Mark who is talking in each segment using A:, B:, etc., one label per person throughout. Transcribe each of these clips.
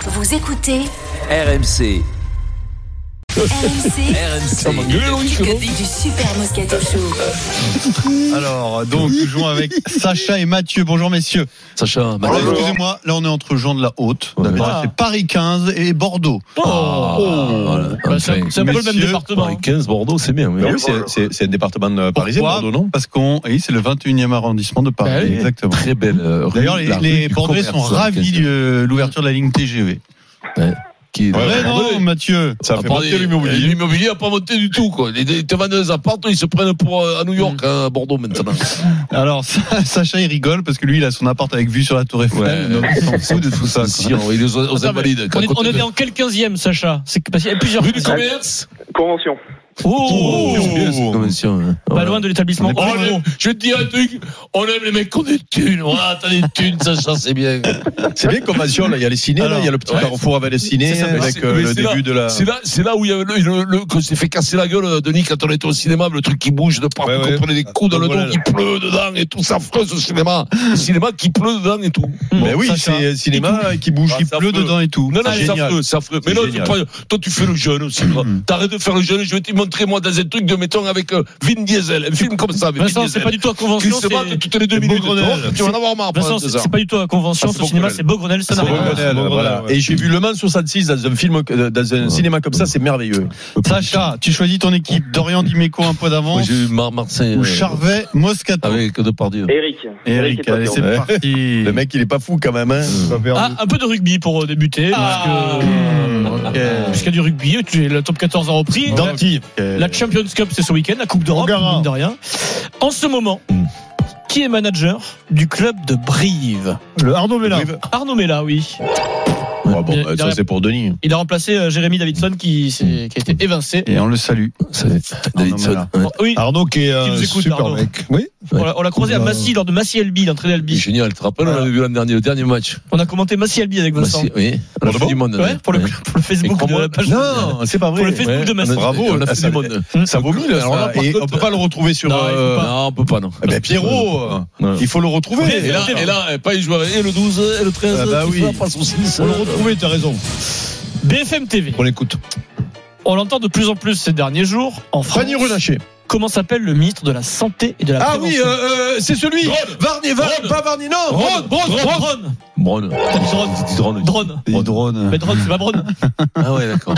A: Vous écoutez
B: RMC.
A: RMC
B: RMC.
A: Kikadi du Super Moscato Show.
C: Alors, donc, nous jouons avec Sacha et Mathieu. Bonjour, messieurs.
B: Sacha,
C: Alors,
B: Mathieu.
C: Excusez-moi, là, on est entre gens de la Haute.
B: Ouais.
D: Ah.
C: D'accord, C'est Paris 15 et Bordeaux.
B: Ah, voilà, enfin.
C: oh. Bah, un peu le même département.
B: Paris 15, Bordeaux, c'est bien. oui.
E: Bah
D: Mais oui, c'est- c'est c'est un département euh, parisien,
C: Pourquoi
D: Bordeaux, non
C: Parce qu'on, eh oui, c'est le 21e arrondissement de Paris.
B: Bah oui.
C: Exactement.
B: Très belle euh, rue,
C: D'ailleurs, les,
B: la rue
C: les
B: du
C: Bordelais sont
B: commerce,
C: ravis
B: 15.
C: de l'ouverture de la ligne TGV.
B: Qui est-
D: Ouais,
C: Ouais, non, Mathieu.
D: Ça fait
E: Attendez,
D: partie de l'immobilier.
E: L'immobilier n'a pas monté du tout. Quoi. Les, les vendeurs appartements, ils se prennent pour euh, à New
C: Mm.
E: York, hein, à Bordeaux maintenant.
C: Alors, Sacha, il rigole parce que lui, il a son appart avec vue sur la Tour Eiffel.
E: Ouais.
C: donc il s'en fout de tout ça. quoi.
E: Si, on- ils sont aux,
F: Attends,
E: invalides.
F: On,
E: à
F: est,
E: côté
F: on
E: de-
F: était en quel 15e, Sacha C'est que- parce qu'il y a plusieurs.
E: Rue du commerce
G: Convention.
F: Oh,
E: C'est bien, cette convention, hein.
F: Pas loin de l'établissement.
E: On aime- je vais te dire un truc, on aime les mecs qui ont des thunes. Voilà, t'as des thunes, Sacha, c'est bien.
D: C'est bien convention, là. Il y a les ciné, là. Il y a le petit
E: Ouais.
D: carrefour avec les ciné,
E: C'est ça, mais
D: avec
E: c'est-
D: euh,
E: mais
D: le
E: c'est
D: début de la.
E: C'est là, c'est là où il y avait le, le- le- que s'est fait casser la gueule, euh, Denis, quand on était au cinéma, le truc qui bouge de partout,
D: Ouais, ouais.
E: qu'on prenait des coups dans le
D: Voilà.
E: dos, qui pleut dedans et tout, ça affreux ce cinéma. Le cinéma qui pleut dedans et tout.
F: Mm.
D: Mais oui,
C: Sacha.
D: c'est un cinéma qui bouge.
E: Ah,
C: Il
E: ça
C: pleut
E: peut.
C: dedans et tout.
E: Non, non,
D: C'est
E: mais ça
D: génial.
E: affreux, c'est affreux.
D: C'est
E: Mais non, tu
D: génial.
E: prends- toi, tu fais le jeune aussi. toi.
F: Mm.
E: T'arrêtes de faire le jeune. Je vais te montrer, moi, dans un truc de, mettons, avec euh, Vin Diesel. Un film comme ça, avec Vin
F: Vincent, c'est
E: Diesel.
F: pas du tout à
E: Qui
F: convention.
E: se
F: c'est-
E: battent toutes les deux
D: c'est
E: minutes. Oh,
D: Beau Grenelle.
E: Tu vas en avoir marre pendant
F: Vincent,
E: deux
F: c'est
E: heures.
F: c'est pas du tout à
E: Ah,
F: convention.
E: c'est
F: Ce cinéma,
E: Beaugrenelle.
F: c'est Beaugrenelle, ça
D: C'est
F: n'a rien à voir.
D: Beaugrenelle, voilà. Et j'ai vu Le Mans 66 dans un film, euh, dans un cinéma comme ça, c'est merveilleux.
C: Sacha, tu choisis ton équipe. Dorian Dimeco, un point
E: Moi,
C: d'avance.
E: J'ai eu Mar Marseille.
C: Ou
E: euh,
C: Charvet, Moscato.
E: Avec Depardieu.
G: Eric.
C: Eric, allez, c'est
D: Ah Ouais.
C: parti.
D: Le mec, il est pas fou quand même. Hein.
C: Mm.
F: Ah, un peu de rugby pour euh, débuter.
C: Ah.
F: parce que-
C: Mmh, ok.
F: Puisqu'il y a du rugby, tu- le top 14 a repris.
C: Danti.
F: La Champions Cup, c'est ce week-end, la Coupe d'Europe,
C: Angara.
F: mine de rien. En ce moment, qui est manager du club de Brive
C: Le Arnaud Vella.
D: Brive.
F: Arnaud Mella, oui.
D: Ouais, bon,
F: Bien,
D: bah, ça,
F: derrière-
D: c'est pour Denis.
F: Il a remplacé euh, Jérémy Davidson qui, s'est- qui a été évincé.
C: Et on le salue.
E: Davidson.
F: Oh, oui,
D: Arnaud qui est euh,
F: Qui nous écoute, Arnaud.
D: mec. Euh, Oui.
F: on l'a- on l'a croisé à Massy lors de Massy Albi, l'entraînée
E: Il est
F: Albi.
E: Génial, tu te rappelles, on l'avait vu l'an dernier, le dernier match.
F: On a commenté Massy Albi avec Vincent.
E: Merci, Oui, à la
D: Pour
E: fin
D: le
E: du monde. hein.
F: Ouais, pour le,
E: Ouais.
F: pour le
E: Et
F: Facebook de
E: crois-moi-
F: la page.
D: Ah Non, c'est pas
F: Pour le
D: vrai.
F: Facebook de Massy.
D: Bravo, euh,
E: on a
D: ça-
E: fait du monde.
D: Ça vaut mille.
E: Alors là,
D: ça.
E: par
D: Et
E: contre-
D: on peut pas le retrouver sur.
F: Non, il faut
D: euh,
F: pas.
E: Non, on peut pas, non.
D: eh ben, Pierrot,
E: Ouais.
D: il faut le retrouver.
E: Et là, et là, eh, pas il joueur. Et le 12, et le 13,
D: Ah bah
E: tout
D: oui.
E: ça, passe au euh. 6.
D: Faut le retrouver, t'as raison.
F: BFM TV.
D: On l'écoute.
F: On l'entend de plus en plus ces derniers jours en France.
D: Fanny Renaché.
F: Comment s'appelle le ministre de la Santé et de la
D: Ah oui,
F: Prévention
D: euh, euh, c'est celui.
E: Drone.
D: Varnier, Var-
E: Drone.
D: pas Varnier, non.
F: Drone, drone, drone, drone,
E: Drone. Drone.
F: drone.
C: Des drones.
F: Mais drone, c'est pas drone.
E: Ah ouais, d'accord.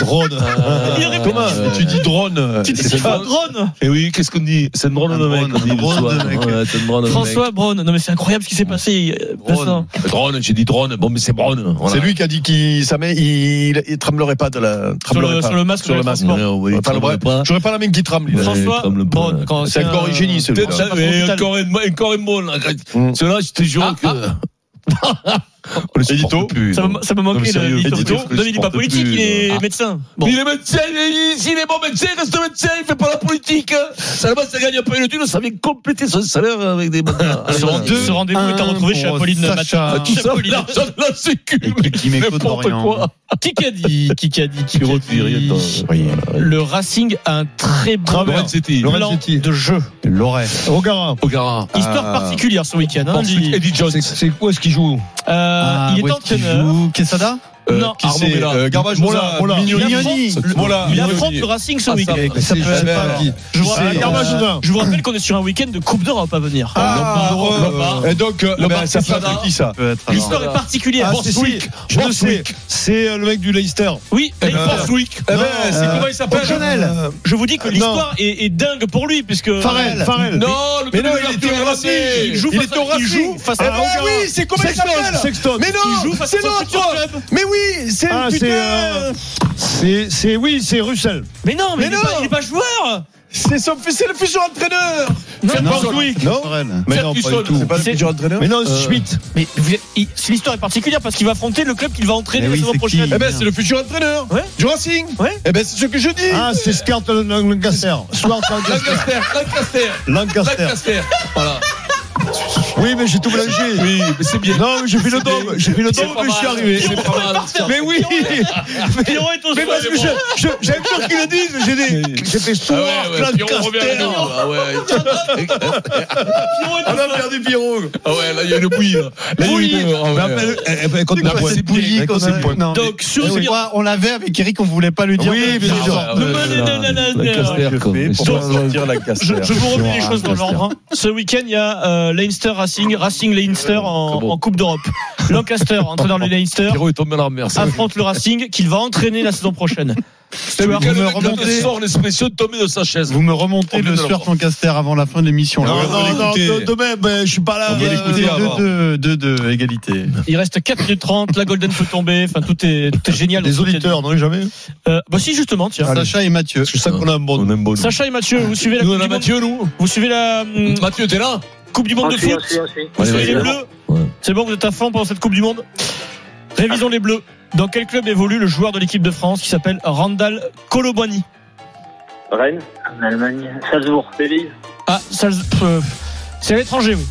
D: Drone.
E: Ah,
F: Il aurait
D: Thomas,
F: Euh,
D: tu dis drone.
F: Tu dis
D: C'est
F: c'est pas
D: pas-
F: drone.
E: Et Eh oui, qu'est-ce qu'on dit C'est une drone
C: Un
E: de mec.
C: drone,
E: on dit
C: un
E: le
C: drone
E: soir.
C: de mec.
E: Ouais, c'est une drone de mec.
F: François Braun. Non mais c'est incroyable ce qui s'est passé. euh, Vincent.
E: Drone, j'ai dit drone. Bon, mais c'est drone. Voilà.
D: C'est lui qui a dit qu'il ça met, il, il tremblerait pas de la.
F: Sur
D: Tremblerait
F: le,
D: pas.
F: sur le masque.
D: Sur
F: de
D: le
F: la
D: masque.
F: transport.
E: Ouais, ouais,
D: Ouais,
E: il
D: pas le
E: tremble
D: bras.
E: pas.
D: J'aurais pas la même qui tremble. lui.
E: Ouais, il
F: François
E: tremble pas,
F: Braun.
E: là.
F: quand
D: C'est
F: ancien,
D: encore un génie, celui-là.
F: ancien patron
E: Et
F: d'hôpital.
E: encore un, encore un bon, là.
D: Mm.
E: Celui-là, je te jure
F: Ah,
E: que. On le supporte
D: Édito.
E: plus,
F: Ça
E: non.
F: m'a ça m'a manqué
E: mais sérieux,
F: le
E: Edito,
F: ministre. Non, mais il est pas
E: supporte
F: politique,
E: plus,
F: il
E: euh.
F: est médecin. Bon.
E: Mais il est médecin, il- s'il est bon médecin, il reste médecin, il fait pas la politique. hein. Seulement, ça gagne un peu une thune, ça vient compléter son salaire avec des bâtards.
C: Ah,
F: Ce
E: Allez,
F: rendez-
E: là.
F: ce rendez-vous est à retrouver chez Apolline
C: Sacha.
F: Matin.
E: Qui ça L'argent de la sécu,
C: Et
E: mais
C: qui- qui m'écoute,
E: n'importe
C: Dorian.
E: quoi.
F: Kikadi, Kikadi, Kikadi.
D: Oui.
F: Le Racing a un très bon
D: Travers.
E: City.
D: Laurent
F: plan
D: Zetti.
F: de jeu.
C: Loret.
D: Ogara.
E: Ogara.
F: Histoire
D: Ah.
F: particulière ce week-end. hein, Lily.
E: Eddie Jones.
D: quoi ce qu'il joue
C: Ah,
F: Euh, il est entraîneur.
C: Quesada
F: Non,
D: qui
E: Arnaud
D: c'est
E: Mella.
D: euh, Garbage
E: Mola, Mola.
C: Mignoni.
D: Mola.
F: Il affronte le Racing ce week-end.
C: Ah, Ça peut être pas mal.
F: Je vous,
D: C'est-
F: rappelle,
D: Carvajal.
F: je vous rappelle qu'on est sur un week-end de Coupe d'Europe à venir.
D: Ah,
F: Lombard,
D: ouais.
F: Lombard.
D: Et donc, euh,
E: Le
D: ben, ça
E: Barça.
D: parle de qui ça
C: Ça peut être alors.
F: L'histoire est particulière.
D: Ah,
F: Borswick.
D: Borthwick. Je le sais. C'est euh, le mec du Leicester.
F: Oui, Dave
D: ben,
F: Borswick.
D: Eh ben,
C: Non,
D: c'est
C: euh,
D: comment il s'appelle
C: O'Connell.
D: Euh,
F: Je vous dis que
D: non.
F: l'histoire est, est dingue pour lui puisque
H: Euh,
D: Farrell. Farrell.
E: Non, le
D: Mais
E: but
D: non,
E: de
D: il était
E: l'ouverture
D: au
E: est
D: Racing.
E: raté.
F: Il joue
D: Il
F: face
D: est au
F: à- il
D: Racing.
F: joue face
D: Eh
F: à
H: Ah
D: ben
F: Angara.
D: oui, c'est comment il s'appelle
F: Sexton.
D: Mais
F: Il joue
D: non,
F: face à
D: c'est
F: son futur
D: l'autre.
F: club.
D: Mais oui, c'est
H: Ah,
D: putain.
H: c'est, euh, C'est, c'est- oui, c'est Russell.
F: Mais non,
D: Mais
F: mais, il,
D: non.
F: Est pas, il est pas joueur.
D: C'est son fils, c'est le futur entraîneur.
F: Non,
D: Borthwick. Ah, Non.
C: Sorel.
D: Mais
E: Ferguson.
D: C'est pas Euh, le
F: C'est-
D: futur entraîneur.
H: Mais non, c'est Schmidt.
F: Mais vous êtes- il- l'histoire est particulière parce qu'il va affronter le club qu'il va entraîner
C: Eh
F: la
C: oui,
F: saison
C: c'est
F: prochaine.
C: qui
D: Eh ben, c'est le futur entraîneur.
F: Ouais.
D: Du Racing.
F: Ouais.
D: Eh ben, c'est ce que je dis.
H: Ah, c'est Scott Lancaster. Stuart Lancaster.
E: Lancaster, Lancaster,
H: Lancaster.
E: Lancaster. Voilà.
H: Oui, mais j'ai tout mélangé.
D: Oui, mais c'est bien.
H: Non, mais j'ai fait le dôme. J'ai fait le
D: C'est
H: dôme,
D: pas
H: mais je suis
D: mal.
H: arrivé.
D: C'est pas mal.
H: Mais oui
F: Pierrot est au
H: Mais
F: sol,
H: parce que je- je- j'avais peur qu'ils le disent. J'ai des- J'ai fait
E: Ah
H: soir,
E: ouais, ouais,
H: Claude
E: Pierrot revient à
H: Castel.
E: nous. Ah ouais.
F: Pierrot est au
E: On a perdu Pierrot. Ah ouais, là, il y a une bouillie. là. Là, il y a une-
C: Bouillie.
E: ah ouais.
C: C'est quoi cette bouillie qu'on a- Non, mais-
F: Donc, sur
C: Eh oui. On l'avait avec Eric, on voulait pas lui dire.
H: Oui, bien
C: Ah,
H: sûr.
C: ouais.
F: Le Manananana-
B: La Caster, comme.
C: Mais
B: Ils sont
F: pour
B: pas-
D: la
F: Je, je vous remets les
B: Laurent
F: choses dans
B: Lancaster.
F: l'ordre. hein. Ce week-end, il y a euh, Leinster Racing, Racing Leinster en,
B: Très beau.
F: en Coupe d'Europe. Lancaster, entraîneur du Leinster,
B: Pierrot est tombé dans la mer. ça.
F: affronte le Racing qu'il va entraîner la saison prochaine.
E: Quel
C: Vous me
E: mec, quand
C: remontez-
E: il sort l'expression de tomber de sa chaise.
C: Vous me remontez
E: On vient
C: le
E: de le
C: Stuart Lancaster avant la fin de l'émission. là.
H: Non,
C: Vous
H: non, non,
C: l'écoutez.
H: de- demain, ben, je suis pas là.
C: Vous
H: euh,
C: l'écoutez
E: avant.
C: deux, deux, deux, deux, égalité.
F: Il reste 4 minutes 30, la Golden peut tomber, enfin tout est, tout est génial.
H: Des auditeurs, non, jamais.
F: Euh, bah si, justement, tiens.
C: Sacha et Mathieu.
H: C'est ça qu'on a un bon.
B: On aime bon.
F: Sacha et Mathieu, vous suivez la
E: Nous,
F: Coupe
E: on a
F: du Monde
E: Mathieu, nous.
F: Vous suivez la hum,
E: Mathieu, t'es là
F: Coupe du Monde de foot Vous
B: Ouais,
F: suivez
B: ouais,
F: les
B: ouais.
F: Bleus
B: Ouais.
F: C'est bon, vous êtes à fond pendant cette Coupe du Monde Révisons les Bleus. Dans quel club évolue le joueur de l'équipe de France qui s'appelle Randall Colobani
G: Rennes. En Allemagne. Salzbourg. Bélise.
F: Ah, ça, euh, c'est à l'étranger, oui.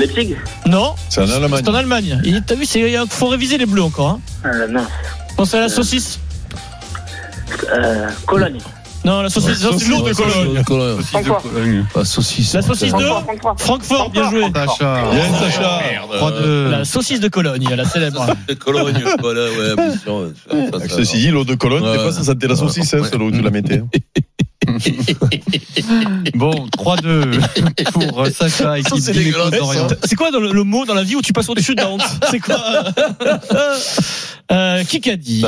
G: Leipzig.
F: Non,
D: C'est en Allemagne.
F: c'est en Allemagne. Il- T'as vu, c'est- il faut réviser les bleus encore. Hein.
G: Euh, non.
F: Pensez à la saucisse.
G: Euh, Cologne.
F: Non, la saucisse, ça, c'est l'autre de Cologne.
B: Cologne.
G: Encore.
B: La saucisse.
F: La saucisse de
G: Encore, encore.
F: Francfort, bien joué.
C: Sacha.
F: Ah,
D: Bien, Sacha.
F: bah,
C: Trois, deux.
F: La saucisse de Cologne, la célèbre.
E: De Cologne. Voilà, ouais, bien sûr. Ça, ça, ça.
D: Ceci dit, l'eau de Cologne,
E: Ouais.
D: des fois, ça sentait la saucisse, hein, sur l'eau où tu la mettais.
C: Bon, 3-2 pour euh, Sacha et qui
E: c'est
C: dit les
E: dégueulasse,
C: Côtes d'Orient.
F: C'est quoi dans le, le mot dans la vie où tu passes au-dessus de la honte C'est quoi euh, Qui qu'a dit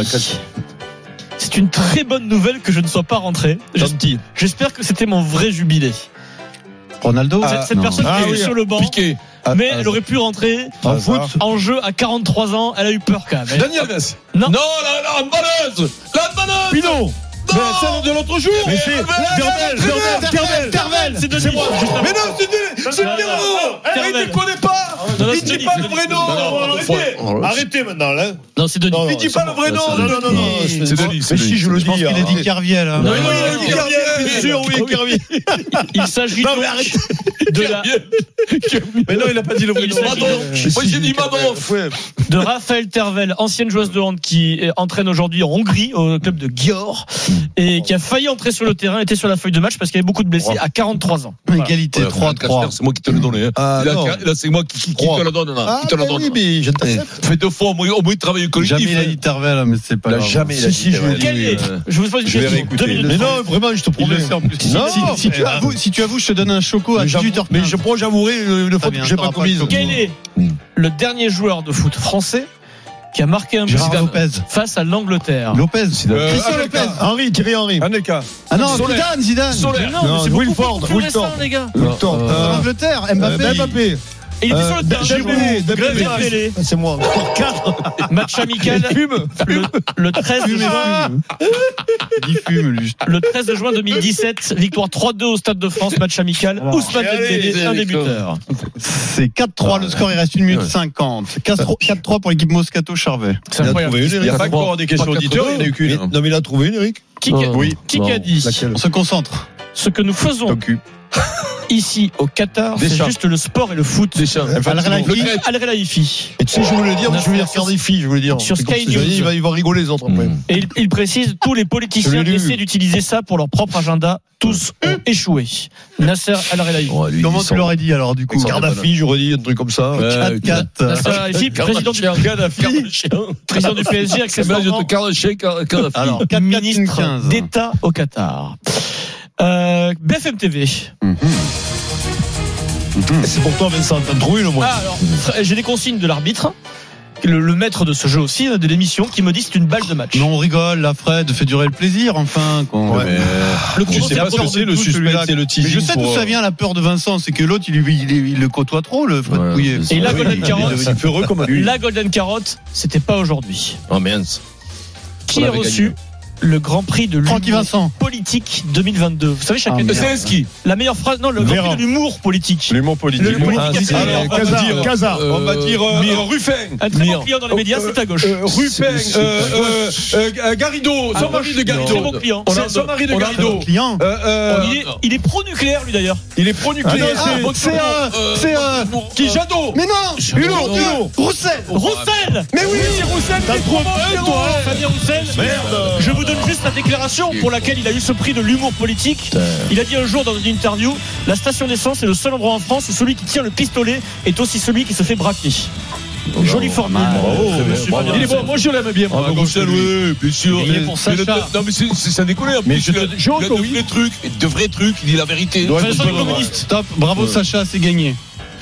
F: C'est une très bonne nouvelle que je ne sois pas rentré.
D: Gentil.
F: J'espère que c'était mon vrai jubilé.
C: Ronaldo
F: Cette- cette
C: Non.
F: personne
H: Ah
F: qui était
H: oui.
F: sur le banc,
E: Piqué.
F: mais elle aurait pu rentrer
H: En foot,
F: en jeu à 43 ans. Elle a eu peur quand même. Elle-
E: Daniel Metz.
F: Non.
E: Non, la, la handballeuse. La handballeuse.
H: Pinot
E: Non.
H: celle de l'autre jour Mais c'est Derbel Derbel Derbel
F: C'est de moi.
E: Mais non, c'est du- c'est le
F: Non, non,
E: Pierrot.
H: Ah,
F: non,
E: Arrête,
F: Carmel.
E: il connaît pas. Il dit pas le vrai nom. Arrêtez.
H: Arrêtez maintenant, là
F: Non, c'est Denis.
H: Non,
E: Il dit pas le vrai nom.
H: Non, non, non, non
D: C'est Denis.
H: Mais si, je le
C: Je pense
H: dis
C: qu'il a dit Carviel. hein.
F: Non,
E: non,
H: il a dit Kerviel, bien sûr, oui, Kerviel
F: Il s'agit
H: Non, mais
F: donc
H: arrête
F: de, la,
D: Mais non, il a pas dit le vrai
F: Il
D: nom.
F: s'agit-
E: Madoff. Moi, j'ai dit Madoff.
H: Ouais.
F: de Raphaël Tervel, ancienne joueuse de hand qui euh, entraîne aujourd'hui en Hongrie au club de Győr et qui a failli entrer sur le terrain, était sur la feuille de match parce qu'il y avait beaucoup de blessés à 43 ans.
C: Égalité
E: Ouais, Lancaster,
C: 3-3.
E: C'est moi qui te le donnais. hein.
H: Ah,
E: Là,
H: non.
E: ca- Là, c'est moi qui, qui, qui te le donne. là.
H: Ah,
E: Qui te le
H: mais
E: donne.
H: oui, mais je
E: Eh,
H: t'accepte
E: Fais deux fois, au moins, au moins, travailler au collectif.
C: Jamais il a dit Tarvel, mais c'est pas
D: Il a
C: grave.
D: jamais il a
H: Si, si,
D: dit.
H: je le dis.
F: Quel est Je vous pose une
D: Je vais
F: question.
D: réécouter.
F: Deux minutes.
H: Mais non, vraiment, je te
C: Il
H: promets
C: le sait en plus. Si,
H: Non,
C: si- si tu
H: mais-
C: avoues, si tu avoues, je te donne un choco à
H: Mais j'avoue-
C: 18h15.
H: Mais je prends, j'avouerai euh, une faute
C: bien,
H: que j'ai
C: t'auras
H: pas
C: pas
H: commise.
C: le temps.
F: Quel est le dernier joueur de foot français qui a marqué un but
C: Gérard Lopez.
F: face à l'Angleterre
C: Lopez.
D: Euh,
C: Christian Lopez.
H: Henri, Thierry Henry.
D: Aneka.
C: Ah non,
E: Solaire.
C: Zidane, Zidane.
F: Mais
E: Solaire.
F: non, mais
H: Non,
F: c'est beaucoup
H: Wilford,
F: plus récent,
H: Wilford.
F: les gars.
H: Le temps.
C: En
H: Euh,
C: Angleterre, Mbappé.
H: euh, Mbappé.
F: Et il était
H: Euh,
F: sur le terrain.
H: Dembélé,
F: Giroud,
H: Dembélé.
F: Dembélé.
H: C'est moi. Encore quatre.
F: Match amical le, le 13
C: Fume et
F: juin.
C: fume. Il fume, juste.
F: Le 13 de juin 2017, victoire 3-2 au Stade de France, match amical. Ousmane Dembélé, un des buteurs.
C: C'est 4-3, le score, il reste 1 minute 50. 4-3 pour l'équipe Moscato-Charvet.
F: C'est incroyable.
D: Il n'y a pas encore des questions auditeurs, il n'y en a eu
H: Mais-
D: qu'une.
H: Non, mais il a trouvé une, Eric.
F: Qui,
E: Oh,
F: qu'a-
B: Oui.
F: qui qu'a dit
C: On se concentre.
F: Ce que nous faisons ici au Qatar, c'est
D: Deschamps.
F: juste le sport et le foot.
C: Al-Khelaifi.
F: Al Relaifi.
H: Et tu sais, je voulais le dire, je voulais regarder les filles, je voulais dire.
F: Sur
H: C'est comme
F: Sky
H: ça, je
F: News.
H: dis, Il va, il va rigoler, les autres, après.
F: Et il, il précise tous les
H: Je
F: politiciens
H: l'ai lu.
F: essaient d'utiliser ça pour leur propre agenda. Tous ont échoué. Nasser Al Relaifi.
C: Comment tu l'aurais dit alors, du coup
H: Gaddafi, j'aurais dit un truc comme ça.
C: 4-4.
F: Nasser Al Relaifi, président du, président du PSG,
E: C'est bien, Eh ben, je
F: accessoirement
E: te carde chez Car- Carafi.
C: Alors, 4
F: ministre
C: 4 15
F: d'État au Qatar. Euh, BFM TV.
H: C'est pour toi, Vincent. T'en trouves une, au moins.
F: Ah, alors, fr- j'ai des consignes de l'arbitre, le, le maître de ce jeu aussi, euh, de l'émission, qui me dit c'est une balle de match.
C: Mais on rigole, la Fred, fait durer le plaisir, enfin. qu'on-
D: Ouais, mais-
F: Le
D: Je
F: chrono,
D: sais
F: c'est
D: pas ce que
F: absurde.
D: c'est le suspense et le
C: Mais
D: teasing.
C: je sais d'où
D: pour,
C: ça vient la peur de Vincent, c'est que l'autre il, lui- il, il le côtoie trop, le Fred
B: Voilà,
C: Pouillet.
B: c'est
F: Et la
D: euh,
F: Golden
D: oui,
F: Carotte,
D: il est devenu peureux comme lui.
F: la Golden Carotte, c'était pas aujourd'hui.
B: Ah, mince.
F: Qui
B: On
F: est
B: avait
F: reçu le Grand Prix de
C: Francky
F: l'humour
C: Vincent.
F: politique 2022. Vous savez,
C: Ah,
E: euh,
F: chacun.
C: merde.
E: Zelensky.
F: la meilleure phrase, non, le Grand Prix
H: Véran.
F: de l'humour politique.
D: L'humour politique.
F: Le politique
D: Ah,
F: a
D: c'est-
F: fait-
D: alors, on va
H: Casar,
D: dire-
F: Ah,
H: Casar.
D: euh, On va dire euh,
E: Mir.
D: Ruffin.
F: Un très bon
D: Mir.
F: client dans les médias, c'est à gauche.
D: Euh, Ruffin,
B: C'est- c'est-
D: euh, euh, euh, Garrido,
F: Ah,
D: son mari de
F: Très bon
D: Garrido.
F: client.
D: On
F: C'est-
D: a- Son mari de
F: on a-
D: Garrido.
C: Client.
D: Euh, euh,
F: Il est, il est pro-nucléaire, lui d'ailleurs.
D: Il est pro-nucléaire.
C: Ah,
D: Ah, bon,
C: c'est un.
E: euh,
C: C'est un.
D: Qui Jadot
C: Mais non Hulot Hulot Roussel
F: Roussel
C: Mais oui
F: Roussel,
H: T'as
F: il est
H: trop
F: pro-nucléaire,
H: peur, toi, hein.
F: Fabien Roussel.
H: Merde.
F: Je vous donne juste la déclaration pour laquelle il a eu ce prix de l'humour politique. Il a dit un jour dans une interview La station d'essence est le seul endroit en France où celui qui tient le pistolet est aussi celui qui se fait braquer. Jolie formule.
D: Bravo,
F: Monsieur
D: Oh, bravo.
F: Fabien
D: Il est
F: Roussel. bah,
D: bon, moi je l'aime bien.
E: Ah,
D: Bravo,
E: Roussel,
D: celui.
E: oui, bien sûr.
C: Il est pour
E: Mais le-
C: Sacha.
E: Non, mais c'est- c'est- ça déconne. en plus,
D: je
E: il a-
D: te-
E: il a de
D: Jean-Claude, oui.
E: vrais trucs, de vrais trucs, il dit la vérité.
D: doit
F: Vincent
D: être
F: le
D: bon,
F: communiste.
C: Top, bravo Sacha, c'est gagné.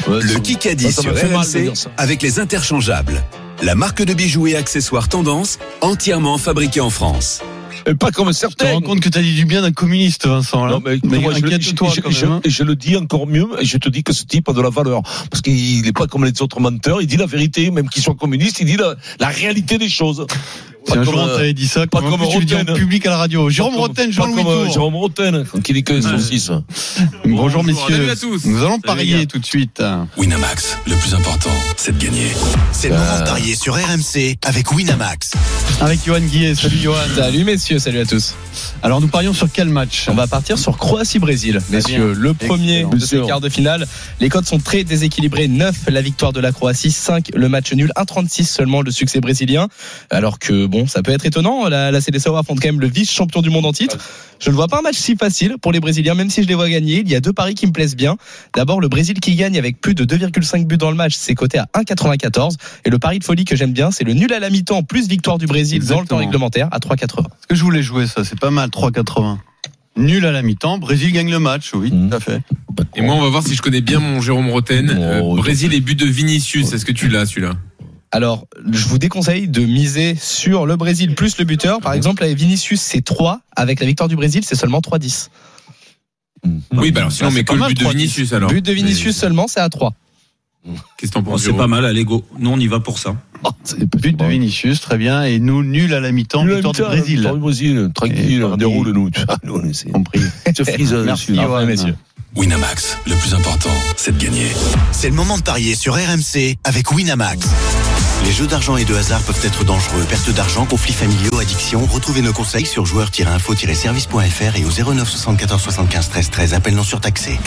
I: Le Kikadi
D: Ça
I: sur
D: m'a fait mal de
I: RMC
D: dire ça.
I: avec les interchangeables. La marque de bijoux et accessoires tendance entièrement fabriquée en France.
E: Et Pas comme
C: Tu te
E: certains.
C: rends compte que t'as dit du bien d'un communiste, Vincent. Là.
E: Non, mais, moi, je, le- je-
C: inquiète-toi
E: je-
C: quand
E: je-
C: même. hein.
E: et je le dis encore mieux, et je te dis que ce type a de la valeur. Parce qu'il n'est pas comme les autres menteurs, il dit la vérité, même qu'il soit communiste, il dit la, la réalité des choses.
C: Si
E: Pas
C: un
E: comme,
C: jour on
E: euh,
C: t'avait dit ça,
E: pas
C: comment
E: comme
C: tu le dis en
E: Rotten.
C: public à la radio. Jérôme Bah,
E: pas comme-
C: Rotten,
E: pas
C: Jean-Louis
E: comme, euh,
C: Tour.
E: Jérôme Rotten, qui dit que saucisse.
C: Bonjour, messieurs. Nous allons parier tout de suite.
I: Winamax, le plus important, c'est de gagner.
J: C'est le moment de parier sur RMC avec Winamax.
C: Avec Johan Guillet. Salut Johan.
B: Salut messieurs, salut à tous.
C: Alors nous parions sur quel match
B: On va partir sur Croatie-Brésil, messieurs. Le premier
C: Excellent.
B: de ce quart de finale. Les codes sont très déséquilibrés. 9, la victoire de la Croatie. 5, le match nul. 1,36 seulement le succès brésilien. Alors que, bon, ça peut être étonnant. La, la CDSAO affronte quand même le vice-champion du monde en titre. Je ne vois pas un match si facile pour les Brésiliens, même si je les vois gagner. Il y a deux paris qui me plaisent bien. D'abord, le Brésil qui gagne avec plus de 2,5 buts dans le match. C'est coté à 1,94. Et le pari de folie que j'aime bien, c'est le nul à la mi-temps plus victoire du Brésil dans le temps
C: Exactement.
B: réglementaire à 3,80.
C: Ce que je voulais jouer, ça, c'est pas mal, 3,80. Nul à la mi-temps, Brésil gagne le match, oui,
D: Mhm.
B: Hmm.
C: tout à
B: Bah,
C: fait.
K: Et moi, on va voir si je connais bien mon Jérôme Roten. Euh,
D: Oh,
K: Brésil et but de Vinicius. Est-ce que tu l'as, celui-là
B: Alors, je vous déconseille de miser sur le Brésil plus le buteur. Par exemple, avec Vinicius, c'est 3. Avec la victoire du Brésil, c'est seulement 3-10.
K: Oui, bah alors sinon,
C: Ah, c'est
K: mais que
C: pas
K: le
C: mal,
K: but de
C: 3-10.
K: Vinicius, alors.
B: But de Vinicius seulement, c'est à 3.
K: Qu'est-ce que t'en penses, Jérôme
E: mal à l'ego. Nous, on y va pour ça. euh,
C: But de
E: Bah,
C: Vinicius, très bien, et nous, nul à la mi-temps, victoire du Brésil.
E: Brésil,
C: Et
E: tranquille, on
C: parti.
E: déroule nous. Tu vois, nous, on essaie.
C: Compris.
E: Je frise,
C: Merci,
E: monsieur.
C: Johan.
I: Winamax, le plus important, c'est de gagner.
J: C'est le moment de parier sur RMC avec Winamax. Les jeux d'argent et de hasard peuvent être dangereux. Perte d'argent, conflits familiaux, addiction. Retrouvez nos conseils sur joueurs-info-service.fr et au 09 74 75 13 13. Appel non surtaxé.